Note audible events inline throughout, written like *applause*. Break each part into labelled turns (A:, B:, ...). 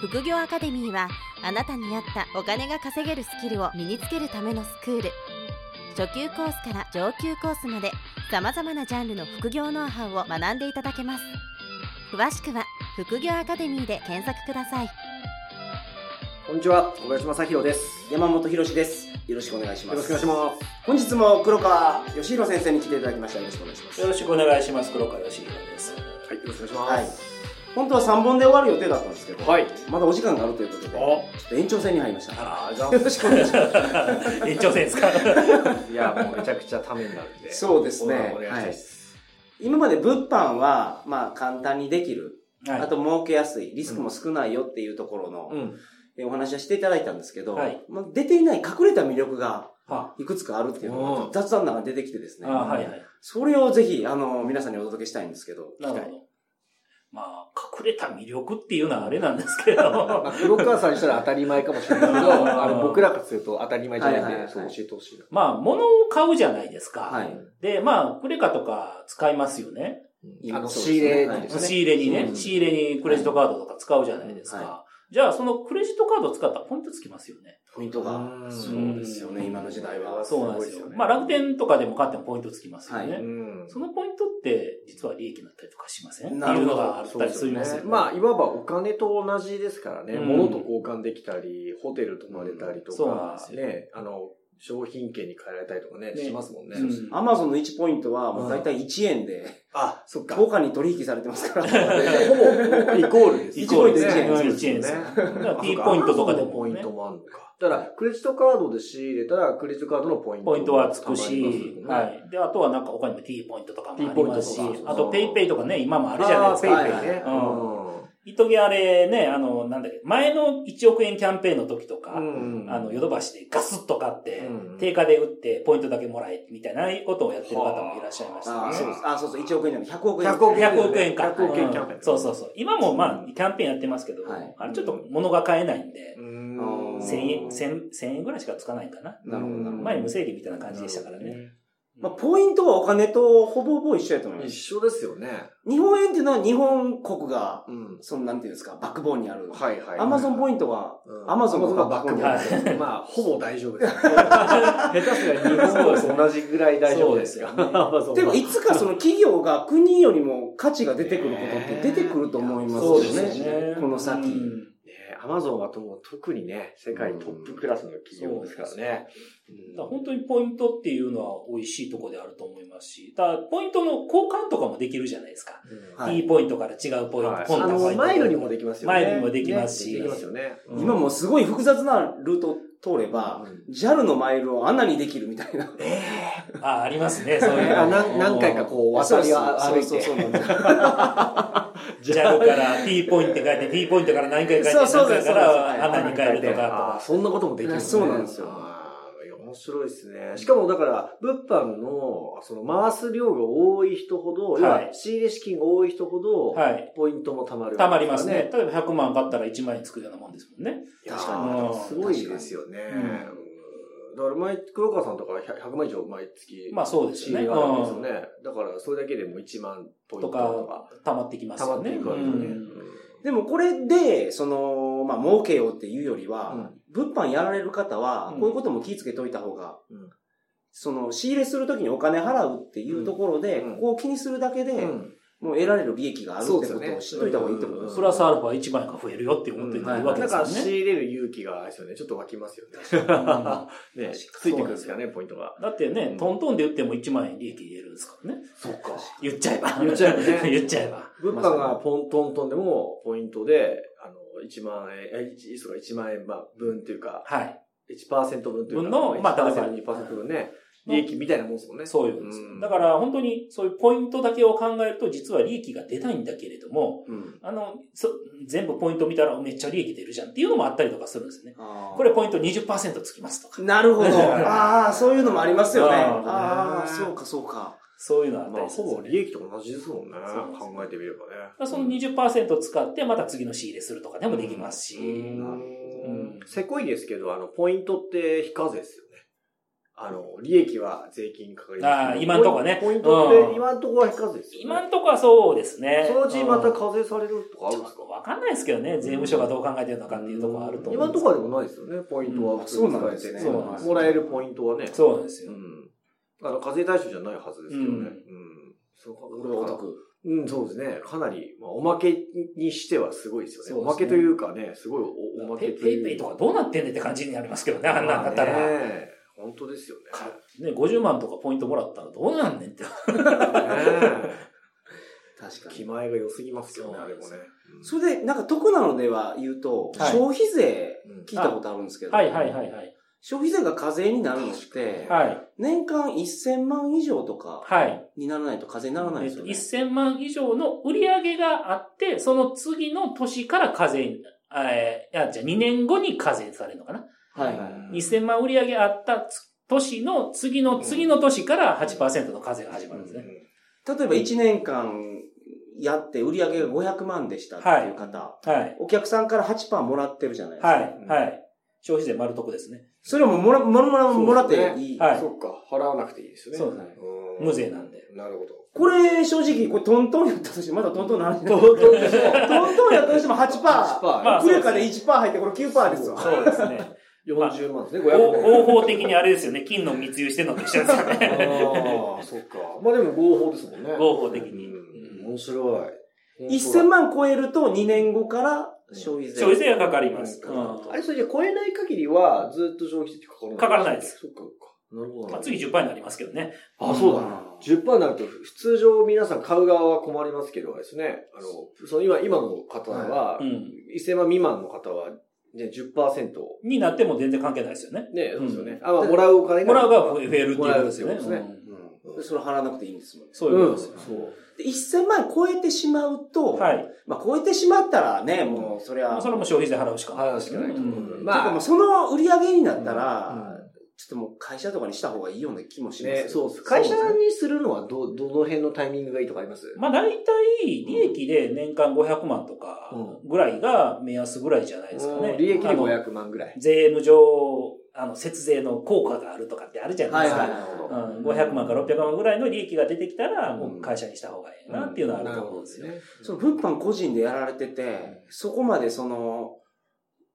A: 副業アカデミーはあなたに合ったお金が稼げるスキルを身につけるためのスクール初級コースから上級コースまでさまざまなジャンルの副業ノウハウを学んでいただけます詳しくは「副業アカデミー」で検索ください
B: こんにちは、小林正弘です。
C: 山本博史です。よろしくお願いし
B: よ
C: ます。
B: ろしくお願いします。本日も黒川義弘先生に来ていただきました。よろしくお願いします。
D: よろしくお願いします。黒川義弘です。
B: はい、よろしくお
C: は
B: 願
C: い
B: いします。本当は3本で終わる予定だったんですけど、
D: はい
B: まだお時間があるということで、ちょ
D: お、
B: っと延長戦に入りました。よ
D: あら、じゃ
B: ろしくお願いしま
D: あ、延長戦ですか。
E: いや、もうめちゃくちゃためになるんで。
B: す。 *laughs* そうですね。
E: お願いし
B: は
E: ま
B: い。
E: す。
B: 今まで物販は、まあ簡単にできる、あと儲けやすい、リスクも少ないよっていうところの、
D: うん。
B: えお話はしていただいたんですけど、
D: はい
B: まあ、出ていない隠れた魅力が
D: はい
B: くつかあるっていう
E: う
B: のが
E: ん
B: 雑談の中で出てきてです
D: あ、
B: ね。
D: はいはい。
B: それをぜひ、あの、皆さんにお届けしたいんですけど。
D: なる
B: 期
D: ほ
B: 待
D: ど。まあ、隠れた魅力っていうのはあれなんですけど *laughs*
E: ま。あ、黒川さんにしたら当たり前かもしれないけど、あの、僕らからすると当たり前じゃ
B: は
E: ないい
B: は
E: ん
B: いは
E: で、
B: い
E: そう教えてほしいな。
D: まあ、物を買うじゃないですか。
B: はい。
D: で、まあ、クレカとか使いますよね。
E: あの、
B: そう
E: 仕入れの
B: で
E: ですす
B: ね
E: ね。
D: 仕入れにね、
E: うん
D: 仕入れにクレジットカードとか使うじゃないですか。
B: うん
D: じゃあ、そのクレジットカードを使ったらポイントつきますよね。
B: ポイントが。
E: うん
B: そうですよね、今の時代は。
D: そうなん
E: ごい
D: で
E: ですす
D: よ。
E: よね
D: まあ、楽天とかでも買ってもポイントつきますよね。
B: はいう
E: うん
D: そのポイントって、実は利益になったりとかしませんっていう
B: なるほど
D: のがあったりするんですよね。
E: まあ、いわばお金と同じですからね、
D: うん
E: 物と交換できたり、ホテル泊まれたりと
D: そうなんで
E: か、
D: すよ
E: ね、あの、商品券に変えられたりとかね、
D: ね
E: しますもんね。
D: うん
B: アマゾンの1ポイントは、もう大体1円で、
E: あ、そっか。
B: 交
E: ほ
B: 換に取引されてます
E: *laughs*
B: から。
E: ぼ、
D: イコ
E: イコールです。
D: ール
B: です
E: イコール
D: 一円です
E: ね
D: から T ポイントとかでもね
E: アマゾンのポイントもあるのか。だから、クレジットカードで仕入れたら、クレジットカードのポイント。
D: ポイントはつく
E: 貯ま
D: し
E: り、ます
D: は
E: よね。
D: い。で、あとはなんか他にも T ポイントとかも
E: T
D: ありますし
E: ポイントと、か
D: あとペイペイとかね、今もあるじゃないです
B: あ
D: か。
B: ー
E: ペイペイね。
D: う
E: う
D: 一時あれね、あの、なんだっけ、前の1億円キャンペーンの時とか、
E: ん。
D: あの、ヨドバシでガスッと買って
E: う、ん
D: 定価で売って、ポイントだけもらえ、みたいなことをやってる方もいらっしゃいました
B: あ
D: ね
B: そうです。あ、そうそう、1億円じゃない、100億円。
E: 100億円
D: 100億円か。
E: 100億円キャンペーン
D: うんそうそうそう。今もまあ、キャンペーンやってますけど
B: はい、
D: あれちょっと物が買えないんで、
E: うん
D: 1000円、1000 1000円ぐらいしかつかないかな。
B: なるほど、なるほど。
D: 前無制限みたいな感じでしたからね。。
B: まあ、ポイントはお金とほぼほぼ一緒やと思いま
E: 一
B: す。
E: 緒ですよね。
B: 日本円っていうのは日本国が、
E: うん。
B: その、なんていうんですか、バックボーンにある。
E: はいはい。
B: アマゾンポ
E: イン
B: イントは、
E: ト
B: アマゾン
E: がバックボーンです。まあ、ほぼ大丈
D: *laughs*
E: 夫です。下手すら日本と同じぐらい大丈夫ですよ。
D: そうですよね
E: アマゾンは
B: でもいつかその企業が国よりも価値が出てくることって出てくると思います
D: そう
B: よ
D: で
B: ね。
D: すよね。
B: この先
D: うん
E: ねアマゾンはとも特にね、世界トップクラスの企業ですからね。
D: だから本当にポイントっていうのは美味しいとこであると思いますし、だからポイントの交換とかもできるじゃないですか。
E: うん
B: はい
D: T ポイントから違うポイント、
E: はい
D: ポイン
E: あ
D: ト
E: の、マイルにも
D: で
E: できますよね。
D: マイルにもできますし
E: ねできますよね。
D: うん
B: 今もうすごい複雑なルートを通れば、
E: う
B: JAL のマイルを穴にできるみたいな。
D: きあ、ありますね、そうい
E: ん
D: う
E: あ
D: の。
B: *laughs*
E: なん何回かこう、渡りを歩い
B: そう
E: て
B: そ。うそうそう
D: ジャルから T ポイントって書いて、T ポイントから何回書いて、
B: そうそう
D: 何
B: そうそ
D: 回
B: う
D: から穴に変えるとかと
E: あー
D: か。
E: そんなこともできるのね
B: そうなんですよ
E: あー面白いですね。しかもだから、物販の、その回す量が多い人ほど、
D: はい
E: 要は仕入れ資金が多い人ほど、
D: はい。
E: ポイントも貯まる、
D: たまりますね。。例えば100万買ったら1万円つくようなもんですもんね。
E: いや
B: 確
D: かに
E: ーすごいですよね。
D: かに
E: うんだから前、黒川さんとか100 100万以上毎月、
D: まあそうです
E: 仕
D: よ
E: 入
D: ね。
E: れがあるんですよ
D: うん
E: ね。だから、それだけでも1万ポイント
D: と
E: とか
D: か、溜まってきます
E: 貯ま
D: よ
E: って
D: ね。
E: いくわけですよね。うん
B: でもこれで、その、まあ、儲けようっていうよりは、物販やられる方は
D: う、ん
B: こういうことも気ぃつけといた方が、
E: うん
B: その、仕入れするときにお金払うっていうところで、
E: うん
B: ここを気にするだけで、
E: うん
B: もう得られる利益があるってこと
E: そうですよ
B: を
E: ね
B: 知っといた方がいいってことです
D: プラスアルファ1万円が増えるよって思っていただ
B: う
D: い
B: ん
D: わけ
E: だ
D: です
E: か
D: よ
E: ら
D: ね。
E: 仕入れる勇気があれですよね。ちょっと湧きますよね。ね、ついてくるんですからね、ポイントが。
D: だってね、トントンで売っても1万円利益入れるんですからね。
E: そっか。
D: 言っちゃえば。
E: *laughs* 言っちゃえばね
D: *laughs* 言っちゃえば。
E: 物販がポントントンでも、ポイントで、あの、1万円、え、1、そうか、1万円まあ分というか、
D: はい。
E: 1%分というか、
D: 分のまあ
E: 1%、2%分ね、利益みたいなもんですもんね。
D: そういうんですよ。だから本当にそういうポイントだけを考えると実は利益が出ないんだけれども、
B: うん。
D: あの、そ全部ポイント見たらめっちゃ利益出るじゃんっていうのもあったりとかするんですね。
B: あー
D: これポイント20%つきますとか。
B: な
D: *laughs*
B: るほど。ああ、そういうのもありますよね。
D: うん
B: ああ、そうかそうか。
D: そういうのあった
E: まあ、
D: りする
E: ほ
D: んですよね
E: ぼ利益と同じですもんね。
D: そうですね
E: 考えてみればね。
D: だからその20%使ってまた次の仕入れするとかでもできますし。
E: うん
D: うん
E: せこいですけど、あの、ポイントって非課税ですよね。あの、利益は税金かかり
D: ああ今んとこね
E: ポイントっ
D: うん
E: て今んとこは非課税ですよ、ね。
D: 今んとこはそうですね。
E: そのうちまた
D: うん
E: 課税されるとかあるんですか
D: わかんないですけどね、税務署がどう考えてるのかっていうところはあると思う
E: 今ん
D: んで
E: と
D: す
E: こ
D: け
E: は
D: ど。
E: でもないですよね、ポイントは。
B: うんそうなんですね
E: そう
D: そうなんです
E: もらえるポイントはね。
D: そうなんですよ
E: う。ん。あの、課税対象じゃないはずですけ
D: う
E: どね。うんん。そうか
B: これはお得。
E: うん、そうですね。かなり、まあ、おまけにしてはすごいですよね。
D: そうです
E: お
D: ね
E: まけというかね、すごいおおま
D: ペ
E: け
D: イ
E: と
D: ペイ
E: いう
D: ペイとかどうなってんねんって感じになりますけどね、あんなんだった
E: まあ
D: ら。
E: ね本当ですよね。
D: かね、50万とかポイントもらったらどうなんねんって。
E: ね
B: 確か
E: 気
B: に。
E: 前が良すぎますけどね、
D: そう
E: あれもね。
B: それで、なんか得なのでは言うと、
D: はい
B: 消費税
E: うん
B: 聞いたことあるんですけど、
D: はいはいはいはい。
B: 消費税が課税になるのって、
D: はい。
B: 年間1000万以上とか
D: はい。
B: にならないと課税にならない
D: え
B: で
D: っ
B: す
D: と、
B: よね。
D: 1000万以上の売り上げがあって、その次の年から課税に、えーいや、じゃあ2年後に課税されるのかな。
B: はいはい。
D: 2000万売り上げあったつ年の次の次の年から8%の課税が始まるんですね。
B: 例えば1年間やって売り上げが500万でしたっていう方、
D: はい。
B: お客さんから8%もらってるじゃないですか。
D: はい。はい。消費税丸得ですね。
B: それはもうもら、もら、もらもらっていい。
D: はい
E: そっか、払わなくていいですね。
D: そうですね
E: うん
D: 無税なんで。
E: なるほど。
B: これ、正直、これトントンやったとしても、まだトントンならない。トン
E: トントンでしょ
B: トンやったとしても8%。
E: 8%
D: まあ
B: クレカで1%入って、これ9%ですわ。
D: そうです *laughs* ね。
E: 40万ですね、
D: 合
E: 500万。
D: 合法的にあれですよね。金の密輸してるのと一緒ですよね。
B: *laughs*
E: ああ、そっか。まあでも合法ですもんね。
D: 合法的に
E: うん面白い。
B: 1000万超えると2年後から消費税。
D: 消費税がかかります。
E: う
D: うんん
E: あれ、それじゃ超えない限りは、ずっと消費税ってかかる
D: かからないです。
E: そっか、そっか。なるほど
D: ま
E: な。
D: あ、次10倍になりますけどね。
E: あ、そうだな。10%になると、普通上皆さん買う側は困りますけどあれですね。あの、その今、今の方は、
D: うん。
E: 1000万未満の方は、ね、10%。
D: になっても全然関係ないですよね。
E: ね、そうですよ
D: う
E: ね。あ、まあもらうお金
D: もらうが増えるっていう
E: も
D: こ
E: ら
D: と
E: う
D: で
E: って
D: す
E: いう
D: よね。
E: ことですね
D: うん
B: うんでそれ払わなくていいんですもん。
D: そう
E: う、
D: いうんこと
E: そ
D: ですよ。
E: う。
B: で、1000万超えてしまうと、
D: はい。
B: まあ超えてしまったらね、もう、そりゃ、
D: まあそれはもう消費税払うしかない。
E: 払うしかないと思う
D: うん
E: まあ
B: てかもうその売り上げになったら、
E: うん
B: ちょっともう会社とかにした方がいいような気もします、
E: ね、そうです。会社にするのは、ど、どの辺のタイミングがいいとかあります
D: まあ大体、利益で年間500万とかぐらいが目安ぐらいじゃないですかね。
E: うん利益で
D: あの
E: 500万ぐらい。
D: 税務上、あの、節税の効果があるとかってあるじゃない
B: は
D: で
B: い
D: す
B: はい、な
D: か。
B: るほど。
D: うん、500万から600万ぐらいの利益が出てきたら、もう会社にした方がいいなっていうのはあると思うんですよ。
E: なる
B: そ
E: ほ
B: の
E: どね。
B: 物販個人でやられてて、そこまでその、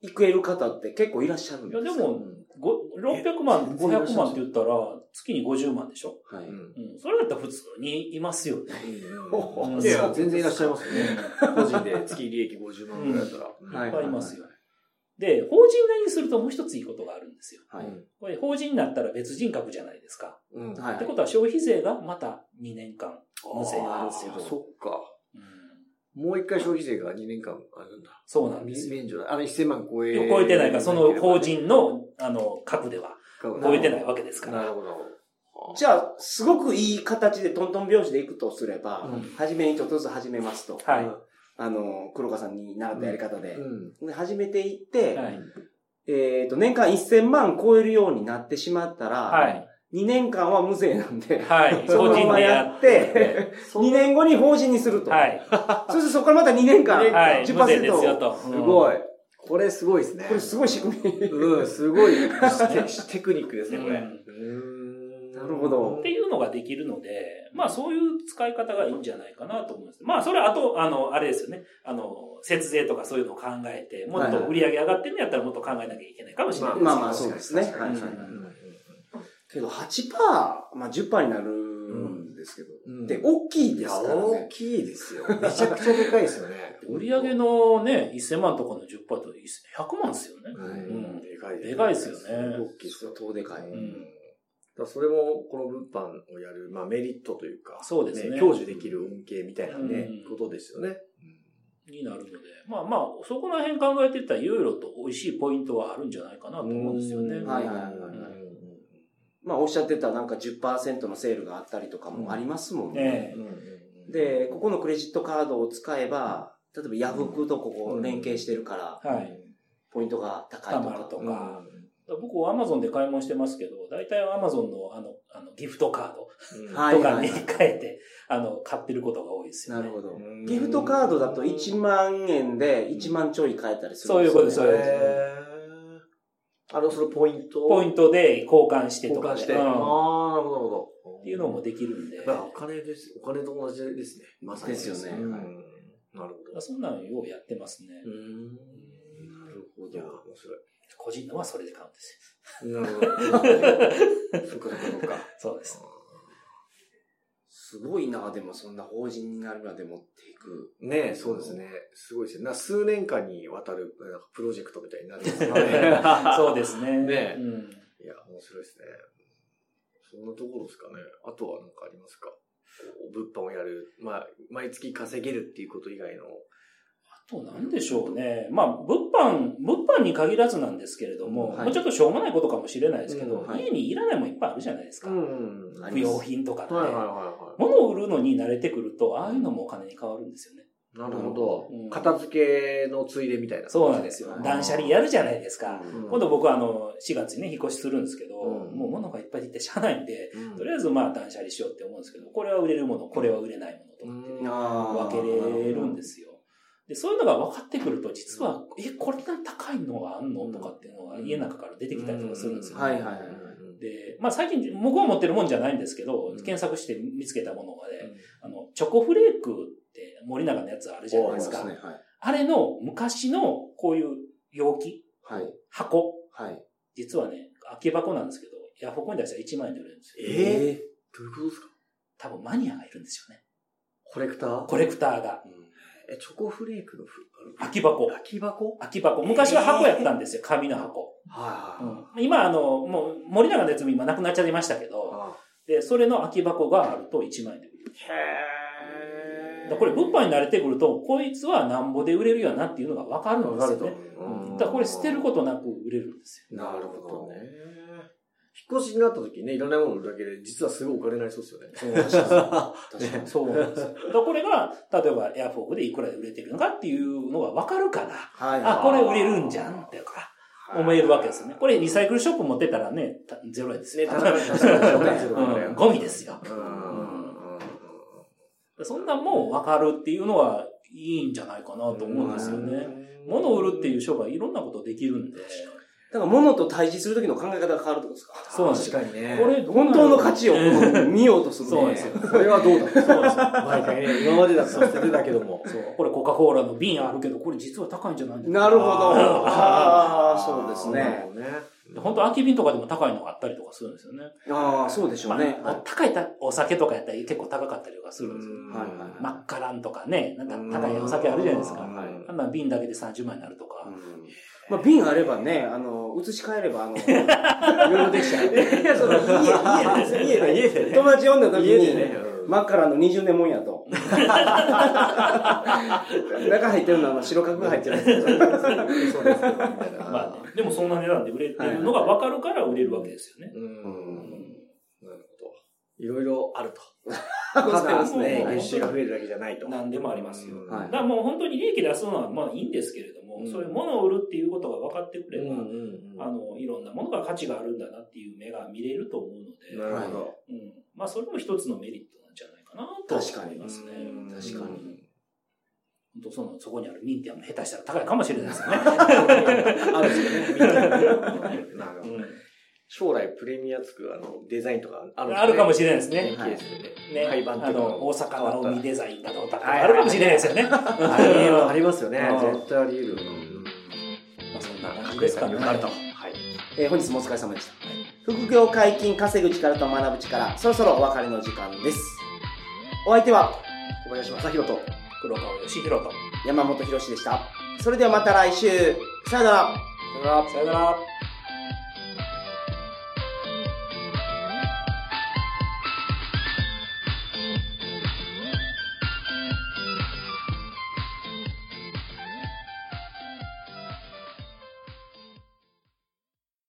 B: 行ける方って結構いらっしゃるん
D: い
B: で
D: や、
B: す
D: で
B: か
D: も、ご600万、500万って言ったら、月に50万でしょ
B: はい
E: うん
D: うん。それだったら普通にいますよね。
E: う
D: う
E: ん
D: ん
E: いや、全然いらっしゃいますね。個人で月利益50万ぐらいだったら。
B: はいい
D: っぱいいますよ。で、法人内にするともう一ついいことがあるんですよ。
B: はい。
D: これ法人になったら別人格じゃないですか。
E: うん。
B: は
D: って
B: い。
D: ことは消費税がまた2年間無税
E: あ
D: なん
E: あ
D: ですよ。
E: そっか。
D: うん
E: もう一回消費税が2年間、あるんだ。
D: そうなんですよ。
E: 免除だ。あの1000万超え。
D: 超えてないから、その法人の、あの、格では超えてないわけですか
E: なる
D: ら。
E: ほど。
B: じゃあ、すごくいい形でトントン拍子でいくとすれば、
E: うん
B: 初めにちょっとずつ始めますと。
D: はい。
B: あの、黒川さんに習ったやり方で。
E: うん。
B: で始めていって、
D: はい。
B: えっと、年間1000万超えるようになってしまったら、
D: はい。
B: 2年間は無税なんで、
D: はい。
B: そ
D: 法
B: のま
D: 人
B: ま
D: で
B: や
D: や
B: っ
D: って、
B: て、2年後に法人にす *laughs* ると。
D: はい。
B: そしてそこからまた2年間、
D: はい。
B: 10%
D: 無税ですよと。
E: すご
D: い。
E: い。これすごいですね。
B: これすごい仕組み。
E: うん、すごい。テテクニックですね、こ
D: う
E: れ。うんん
B: なるほど
D: っていうのができるので、まあそういう使い方がいいんじゃないかなと思います。まあそれはあと、あの、あれですよね。あの、節税とかそういうのを考えて、もっと売り上げ上がってんのやったらもっと考えなきゃいけないかもしれないですけど
B: まあまあそうですね
E: 確か
D: は
E: に
D: いはい
B: けど8%、まあ10%になるんですけど。
E: うん
B: で、大きい
E: い
B: です
E: や、
B: から
E: 大
B: ね。
E: きいですよ。めちゃくちゃでかいですよね。
D: *laughs* 売り上げのね、1000万とかの10%と100万ですよね。
E: はい、
D: うん
E: でかい
D: でかいですよね
E: 大きいですよ
B: 相。当でかい。
E: う
D: うんん
E: だからそれも、この物販をやる、まあメリットというか、
D: そうですね
E: 享受できる恩恵みたいなね、
D: うん
E: ことですよね。
D: になるので、まあまあ、そこら辺考えてったらいろいろと美味しいポイントはあるんじゃないかなと思うんですよね。
E: うん
B: はいはいはいはい
E: うん
B: まあ、おっしゃってたなんか10%のセールがあったりとかもありますもんね。
D: うん
E: うんうん
B: で、ここのクレジットカードを使えば、例えばヤフクとここ連携してるから、
D: はい。
B: ポイントが高いと
D: たまる
B: か。
D: とか僕は Amazon で買い物してますけど、大体 Amazon のあの、あの、ギフトカード
E: うん
B: はい
D: とかに変えて、あの、買ってることが多いですよ
B: な
D: ね。
B: るほど。
E: うん
B: ギフトカードだと1万円で1万ちょい買えたりするん
D: そういうことです
B: よ
D: そういうこと
B: ね
E: へーあの、そのポイントを
D: ポイントで交換してと
E: 交
D: か
E: 換
D: で。
E: して。
D: うん
E: ああ、なるほど、なるほど。
D: っていうのもできるんで。
E: やっぱりお金です。お金と同じですね。まさに。
B: ですよね
E: うん
B: はい
E: なるほど。
D: そんなのようやってますね。
E: うん。
B: なるほ
E: いや、
B: ど。
E: 面白い。
D: 個人のはそれで買うんです
E: なるほど。そっかそっかそっか。
D: よ。そうです。
B: すごいな、でもそんな法人になるまで持っていく。
E: ねえ、そうですね。すごいですね。な数年間にわたるなんかプロジェクトみたいになるんですね。
D: そうですね。
E: ねえ
D: うん
E: いや、面白いですね。そんなところですかね。あとは何かありますかこう物販をやる。まあ、毎月稼げるっていうこと以外の。
D: あと何でしょうね。まあ、物販、物販に限らずなんですけれども、
E: うん
B: はい
D: もうちょっとしょうもないことかもしれないですけど、
E: うん
B: はい
D: 家にいらないもんいっぱいあるじゃないですか。
E: ん
B: あ
D: 不
B: ります
D: 用品とかって、
E: はいはいはいは
D: 物を売るのに慣れてくると、ああいうのもお金に変わるんですよね。
E: い。なるほど。
D: うん
E: 片付けのついでみたいな。
D: そうなんですよ
B: は。い
D: 断捨離やるじゃないですか。
E: うん
D: 今度僕はあの、4月にね、引っ越しするんですけど、
E: うん
D: もう物がいっぱい出てしゃあないんで、
E: うん
D: とりあえずまあ断捨離しようって思うんですけど、これは売れるもの、これは売れないものとかってね、
B: あ
D: 分けれるんですよ。で、そういうのが分かってくると、実は、え、これな高いのがあんのとかっていうのが
E: うん
D: 家の中から出てきたりとかするんですよ、
B: うんはいはいはい
D: で、まあ最近、僕は持ってるもんじゃないんですけど、
E: うん
D: 検索して見つけたものがね、あの、チョコフレークって森永のやつあるじゃないですか。
B: あります
D: あれの昔のこういう容器、
B: はい。はい。
D: 箱、
B: はい。
D: 実はね、空き箱なんですけど、ヤフオクに出したら1万円で売れるんですよ。
E: え
B: え
E: どういうことですか
D: 多分マニアがいるんですよね。
E: コレクター
D: コレクターが。
E: え、チョコフレークのふ
D: 空き箱。
E: 空き箱
D: 空き箱。昔は箱やったんですよ、紙の箱。
E: はいはいはい。
D: うん今、あの、もう、森永のやつも今なくなっちゃいましたけど、
E: あ
D: で、それの空き箱があると1万円で売れる。だからこれ、物販に慣れてくると、こいつはなんぼで売れるよなっていうのが分かるんですよね。
E: あ
D: うん
E: うん
D: だからこれ捨てることなく売れるんです
E: なるほどね。引っ越しになった時にね、いらないもの売るだけで、実はすごいお金になりそうですよね。
B: 確か
D: よ。 *laughs* そうなんですよ。だからこれが、例えばエアフォークでいくらで売れてるのかっていうのが分かるから、
B: はい。
D: あ、これ売れるんじゃんってか、思えるわけですよね。これリサイクルショップ持ってたらね、たゼロ円ですよ。
E: 高い高い高い高い
D: うんゴミですよ。
E: うん
D: そんなんもう分かるっていうのはいいんじゃないかなと思うんですよね。。物を売るっていう商売いろんなことできるん
B: だ
D: で。
B: から物と対峙する時の考え方が変わるってことですか
D: そうなんですよ。
E: 確かにね。
D: これ
B: 本当の価値を
D: どうなるの
B: 見ようとするね。
D: そうなんですよ。
E: これはどう
D: そ
E: だ
D: うなんですよ。
E: 毎回ね、今までだったら捨ててたけども。
D: *laughs* そう。これコカ・コーラの瓶あるけど、これ実は高いんじゃないんです
B: なるほど。あ
E: あー
B: あ、そうですね。。
D: 本当空き瓶とかでも高いのがあったりとかするんですよね。
B: ああ、そうでしょうね。
D: まあ高いたお酒とかやったら結構高かったりとかするんですよ。
B: はいはいはい
D: マッカランとかね、なんか高いお酒あるじゃないです
E: う
D: か。
E: ん
D: あんなん瓶だけで30万円になるとか。
B: うんまあ、瓶あればね、あの、移し替えれ
D: *laughs*
B: ば、あの、いろいろできちゃう。いや、その、家、家、家で、
E: 家でね。
B: 友達読んだ時
E: 家でね
B: に、。マッカラの20年もんや
D: *laughs*
B: と。中入ってるのはあの白角が入ってるんですけど。
E: そうですけど、みたいな。
D: まあね、でもそんな値段で売れてるのが分かるから売れるわけですよね。
E: うん。なるほど。いろいろあると。
B: ご
E: た
B: ざい
E: だ
B: ますね
E: ね、月収が増えるだけじゃないと。
D: 何でもありますよ
E: うん
B: はい
D: だからもう本当に利益出すのはまあいいんですけれども、
E: うん
D: そういうものを売るっていうことが分かってくれば、
E: うんうんうん
D: あの、いろんなものが価値があるんだなっていう目が見れると思うので、
E: なるほど。
D: うん、まあそれも一つのメリットなんじゃないかなと思いますね。
E: うん
B: 確かに。
D: 本当その、そこにあるミンティアも下手したら高いかもしれないですよね。
E: あるんですよね。なるほ
D: う
E: ど
D: ん
E: 将来プレミアつくあのデザインとかあるんですね
D: *laughs* あるかもしれないです
E: ケ
D: ね。
E: ースでね。
D: ね、
E: 廃盤と
D: あ
E: いうか
D: の、大阪の海デザインだとか、あ
E: 変わったら
D: るかもしれないですよね。
E: ありえるありますよね
D: うん。
E: 絶対あり得る。
D: まあそんな感じ
E: 隠
D: で
E: れ
D: すかね。
E: たよかった。はい。
B: えー本日もお疲れ様でした。副業解禁、稼ぐ力と学ぶ力、そろそろお別れの時間です。お相手は、
E: 小林正宏と。
D: 黒川義弘と。
B: 山本博史でした。それではまた来週。さよなら。
D: さよなら。